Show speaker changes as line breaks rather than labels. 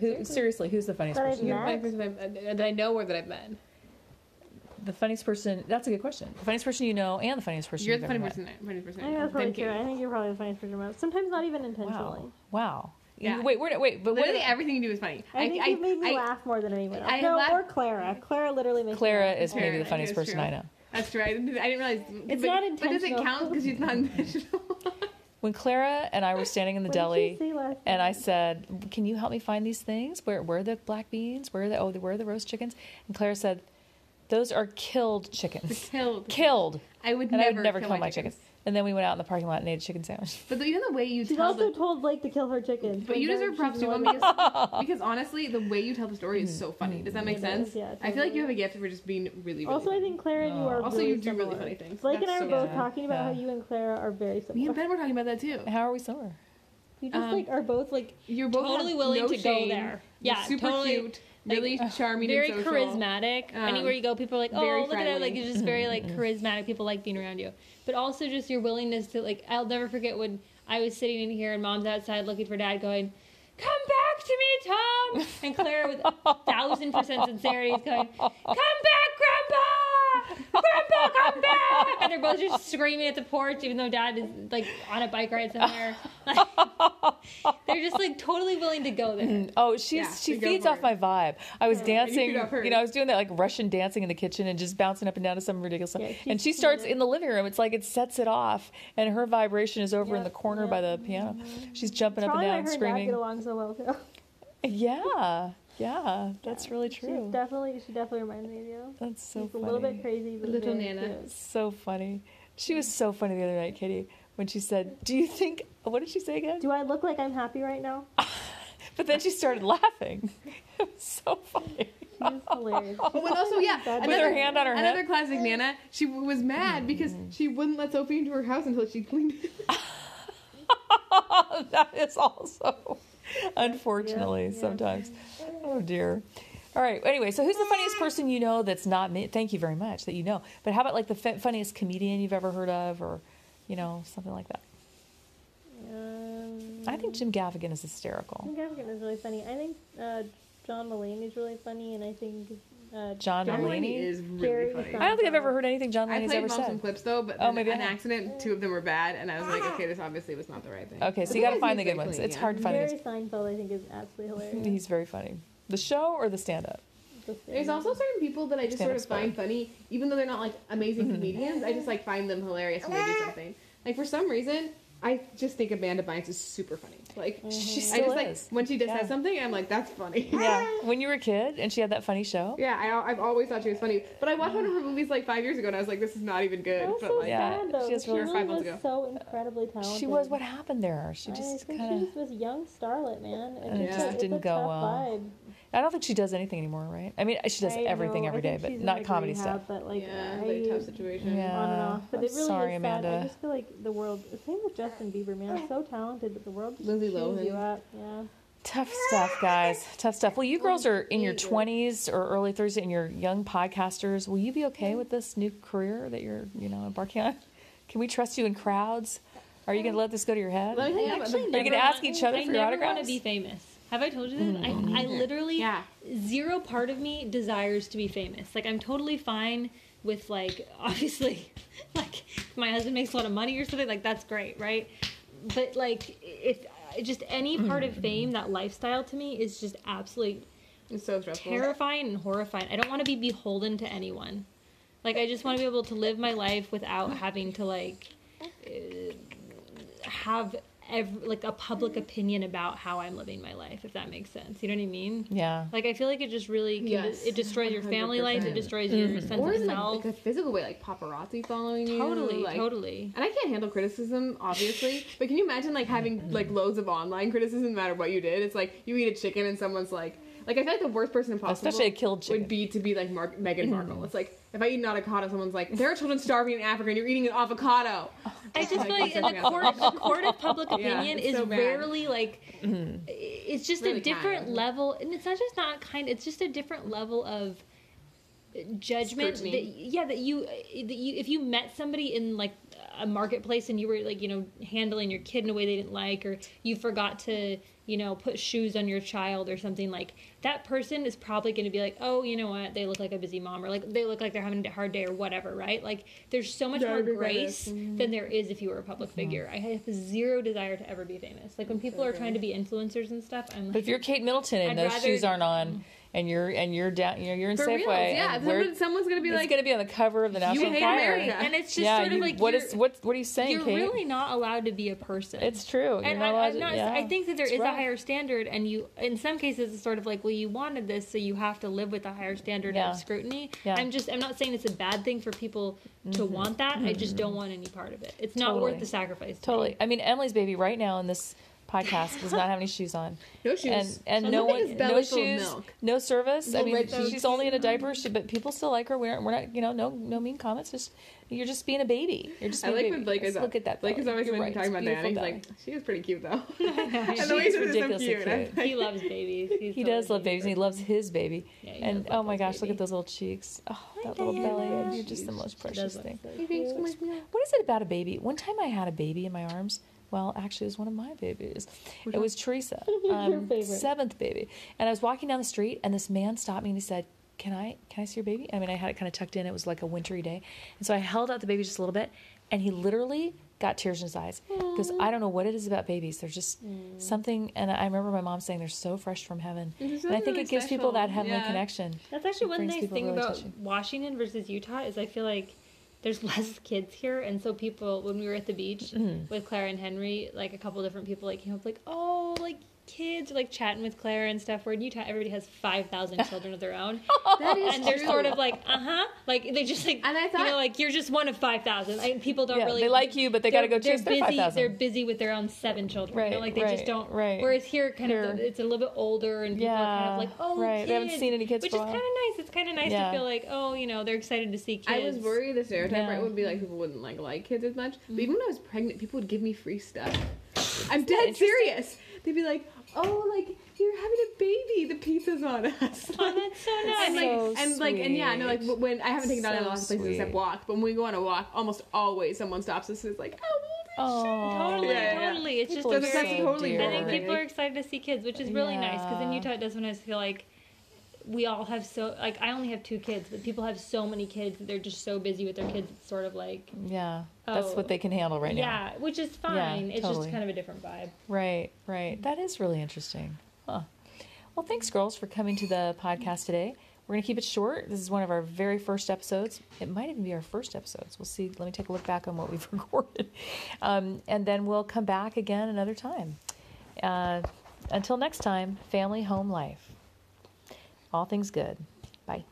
Who, seriously, who's the funniest
That I've
person?
met?
You're the only person I've- uh, that I know or that I've met.
The funniest person. That's a good question. The funniest person you know, and the funniest person
You're
you've ever
the funny
met.
person. I- Funny person.
I think that's probably
Thank you.
true. I think you're probably the funniest person. About. Sometimes not even intentionally.
Wow. Wow.
Yeah.
Wait, wait, wait. But what?
Literally everything you do is funny.
I think you made me laugh more than anyone else.
I
no,
laugh-
or Clara. Clara literally makes me
Clara
laugh.
is maybe the
Clara,
funniest
it's
person
true.
I know.
That's true. I didn't, I didn't realize.
It's
but,
not
But does it
intentional.
count because it's not intentional?
When Clara and I were standing in the
What did
deli,
you say last
and I
night?
said, "Can you help me find these things? Where where are the black beans? Where are the oh where are the roast chickens?" And Clara said, "Those are killed chickens.
Killed.
Killed."
I would
And
never,
I would never kill, my
chickens.
chickens. And then we went out in the parking lot and ate a chicken sandwich.
But the, even the way you
She's
tell
also
the,
told Blake to kill her chickens.
but you
Remember?
deserve props
She's the
too, Mom,
one
because, because honestly, the way you tell the story is so funny. Does that make
Mm. It
sense?
is, yeah,
I feel like
totally.
you have a gift for just being really, really.
Also, I
funny.
think Clara and you
Oh.
are
Also,
really
you do really
similar.
funny things.
Blake and I
That's
were
so
both
good.
talking about
Yeah.
how you and Clara are very
me
similar.
and Ben were talking about that too.
How are we similar?
you just
um,
like are both like
You're both
Totally
have
willing
no
to go
shame.
there.
You're
Yeah,
super
totally,
cute,
like,
really charming,
very
and social.
charismatic.
Um,
Anywhere you go, people are like,
very
"Oh, look at her!"
friendly.
Like it's just very like charismatic. People like being around you, but also just your willingness to like. I'll never forget when I was sitting in here and Mom's outside looking for Dad, going, "Come back to me, Tom!" And Claire, with a thousand percent sincerity, is going, "Come back, Grandpa! Grandpa, come back!" And they're both just screaming at the porch, even though Dad is like on a bike ride somewhere. Like, they're just like totally willing to go there.
Oh, she's
Yeah,
she
we go
feeds
for
off
it.
my vibe. I was dancing,
feed off
you,
hers.
know, I was doing that like Russian dancing in the kitchen and just bouncing up and down to some ridiculous stuff.
Yeah,
and
she's
she starts
creative.
in the living room. It's like it sets it off, and her vibration is over in
Yep,
the corner
yep.
by the piano. She's jumping up and
probably why her
down,
and dad
screaming.
get along so well too.
Yeah, yeah, that's
Yeah,
really
She's
true.
definitely she definitely reminds me of you.
That's so
She's
funny.
a little bit crazy, but
Little
very
Nana.
cute.
So funny. She was so funny the other night, Katie, when she said, "Do you think?" What did she say again?
Do I look like I'm happy right now?
But then she started laughing. It was so funny.
She's hilarious.
Oh, and also, yeah,
That's-
With her hand on her
Another
hip.
classic Nana. She w- was mad because
Mm.
she wouldn't let Sophie into her house until she cleaned it.
Oh, that is also unfortunately
yeah.
sometimes. Oh dear. All right. Anyway, so who's the funniest person you know that's not me? Thank you very much that you know. But how about like the f- funniest comedian you've ever heard of, or you know something like that?
Um,
I think Jim Gaffigan is
I
hysterical.
think African is really funny. I think uh, John Mulaney is really funny, and I think uh,
John
Jerry-
Mulaney?
is
Jerry
really funny.
Seinfeld.
I don't think I've ever heard anything John
I
Mulaney's
played
ever
mom some
said.
clips though, but
Oh,
then
maybe
an
I-
accident, two of them were bad, and I was like, okay, this obviously was not the right thing.
Okay, so
But
you got to
sometimes
find the
he's
good
like
ones.
clean,
It's
yeah.
hard to find the
Jerry Seinfeld, I think, is absolutely hilarious.
He's very funny. The show or the stand-up?
Just
There's
saying.
also certain people that I just
Stand
sort
up
of find funny, even though they're not like amazing comedians. I just like find them hilarious when they do something. Like for some reason, I just think Amanda Bynes is super funny. Like
She
I
still
just like
is.
when she just
Yeah.
says something, I'm like, that's funny.
yeah. When you were a kid and she had that funny show.
Yeah, I, I've always thought she was funny, but I watched one of her movies like five years ago, and I was like, "This is not even good."
That was
But
so
like,
Yeah.
sad, though.
she has
She
really-
really
Five months
was
ago.
so incredibly talented.
She was. What happened there? She
Oh, I
just
think
kind of.
she just was young starlet, man.
And
it
It's
just
a- it's
didn't
a
go
tough
well.
Vibe.
I don't think she does anything anymore, right? I mean, she does
I
everything
know. I
every day,
think
but
she's in,
not
like,
comedy
rehab,
stuff.
But like,
yeah,
I,
it's a tough situation.
Yeah.
on and off. But
I'm
it really
sorry,
is Sad.
Amanda.
I just feel like the world. Same with Justin Bieber, man. So talented, but the world just
Lindsay
chews you
Lohan.
up. Yeah.
Tough stuff, guys. Tough stuff. Well, you girls are in your
Jesus.
20s or early 30s and you're young podcasters. Will you be okay with this new career that you're, you know, embarking on? Can we trust you in crowds? Are you going to let this go to your head?
Let me tell you about
actually
the-
Are you gonna
never
ask
want-
each other
I
for your
never want to
autographs? Mm,
be famous. Have I told you this? I, I literally,
Yeah.
zero part of me desires to be famous. Like, I'm totally fine with, like, obviously, like, if my husband makes a lot of money or something, like, that's great, right? But, like, if just any part
Mm.
of fame, that lifestyle to me is just absolutely
It's so stressful.
terrifying and horrifying. I don't want to be beholden to anyone. Like I just want to be able to live my life without having to like uh, have ev- like a
Mm-hmm.
public opinion about how I'm living my life. If that makes sense, you know what I mean?
Yeah.
Like I feel like it just really can,
Yes.
it destroys your family life. It
100%.
destroys your sense
or
of
in like,
self.
like a physical way, like paparazzi following you.
totally,
like-
totally.
And I can't handle criticism, obviously. but can you imagine like having like loads of online criticism, no matter what you did? It's like you eat a chicken and someone's like, like I feel like the worst person possible,
Especially a killed chicken.
would be to be like Mark, Meghan Markle. It's like if I eat an avocado, someone's like, there are children starving in Africa, and you're eating an avocado.
Oh,
I just feel like in the
Yeah.
court, the court of public
Yeah,
opinion
it's
is
so bad.
rarely like it's just
Really
a different
kind.
level, and it's not just not kind. It's just a different level of judgment.
Scrutiny.
That, yeah, that you that you if you met somebody in like a marketplace and you were like you know handling your kid in a way they didn't like, or you forgot to you know, put shoes on your child or something like that person is probably going to be like, oh, you know what? They look like a busy mom or like they look like they're having a hard day or whatever, right? Like there's so much
Yeah, I
more
agree with
grace
this.
Mm.
than there is if you were a public
Mm-hmm.
figure. I have zero desire to ever be famous. Like when people are
agree.
trying to be influencers and stuff, I'm
But if
like,
you're Kate Middleton and
I'd
those
rather-
shoes aren't on, and you're and you're down, you know, you're in
For
Safeway,
real, yeah.
and we're,
Someone, someone's gonna be
it's
like,
going to be on the cover of the National
hate
Enquirer.
America.
and it's just
yeah,
sort of
you-
like
what
you're,
is what what are you saying,
you're
Kate?
really not allowed to be a person.
it's true. You're
and
not
I,
allowed
I'm
to-
not,
yeah.
I think that there
It's
is a
rough.
higher standard, and you, in some cases, it's sort of like, well, you wanted this, so you have to live with a higher standard
Yeah.
of scrutiny.
Yeah. Mm-hmm.
I'm just, I'm not saying it's a bad thing for people to want that. I just don't want any part of it. It's not
Totally.
worth the sacrifice. to me.
Totally. I mean, Emily's baby right now in this podcast does not have any shoes on,
no shoes.
and and
And
no
look at his
one,
belly
no
full of
shoes,
milk.
no service. I
Little
mean,
red
she's
shoes.
only in a diaper, she, but people still like her. We're, we're not, you know, no no mean comments. Just you're just being a baby. You're just.
I
Being a
like
baby.
when Blake
Just
is
look at that.
Blake
belly.
is always
You're
when
right.
right.
It's
talking about Diana.
beautiful
He's
belly.
like, she is pretty cute though.
She's
and the way he says it's so
ridiculously
cute. I'm
cute.
he loves babies. He's
He
totally
does love
a
babies. and He
baby.
loves his baby.
Yeah, he
and
does love
oh my
his
gosh, look at
baby.
those little cheeks. Oh, that little
Diana.
belly. You're just the most precious
look
thing.
like, "Hey, thanks for my milk."
What is it about a baby? One time I had a baby in my arms. Well, actually, it was one of my babies. it was Teresa, um,
favorite.
seventh baby. And I was walking down the street, and this man stopped me and he said, "Can I, can I see your baby?" I mean, I had it kind of tucked in. It was like a wintry day, and so I held out the baby just a little bit, and he literally got tears in his eyes because I don't know what it is about babies. They're just
Hmm.
something. And I remember my mom saying they're so fresh from heaven,
There's just
and I
something
think
really
it gives people that
special.
heavenly
Yeah.
connection.
That's actually
It
one
brings
nice
people
thing
really
about
touching.
Washington versus Utah is I feel like there's less kids here, and so people when we were at the beach
Mm-hmm.
with Claire and Henry, like a couple different people like came up like, oh, like kids like chatting with Claire and stuff. Where in Utah, everybody has five thousand children of their own,
Oh,
That is
and they're
true.
sort of like, uh huh, like they just like,
And I
you
thought-
know, like you're just one of five thousand. Like, people don't
Yeah,
really
they like you, but they got to go
they're-
chase
they're
their five
busy. They're
thousand.
busy with their own seven children. you know,
Right,
like they
right,
just don't.
right.
Whereas here, kind of,
Here.
it's a little bit older, and people are kind of
Yeah,
like, oh,
right. They haven't
kids,
seen any kids
which
for a
is
while.
kind of nice. It's kind of nice
Yeah.
to feel like, oh, you know, they're excited to see kids.
I was worried the stereotype
Yeah.
right would be like people wouldn't like like kids as much. But even when I was pregnant, people would give me free stuff. I'm dead
interesting?
serious. They'd be like, "Oh, like you're having a baby. The pizza's on us."
Oh, that's so
And
nice.
like,
So
and like, and yeah, no, like
sweet.
when I haven't taken Donna
So
a lot of places except
sweet.
walk, but when we go on a walk, almost always someone stops us and is like, "Oh,
Oh,
totally,
Yeah, yeah, yeah.
totally. It's just
People
a
are
That's
very.
totally
dear.
I think
adorable.
people are excited to see kids, which is really nice because in
Yeah.
Utah, it does sometimes feel like we all have so like I only have two kids, but people have so many kids that they're just so busy with their kids. It's sort of like
Yeah, that's
Oh.
what they can handle right now.
yeah, which is fine. it's
totally.
just kind of a different vibe.
Right, right. That is really interesting. Huh. Well, thanks, girls, for coming to the podcast today. We're going to keep it short. This is one of our very first episodes. It might even be our first episodes. We'll see. Let me take a look back on what we've recorded. Um, and then we'll come back again another time. Uh, until next time, family, home, life. All things good. Bye.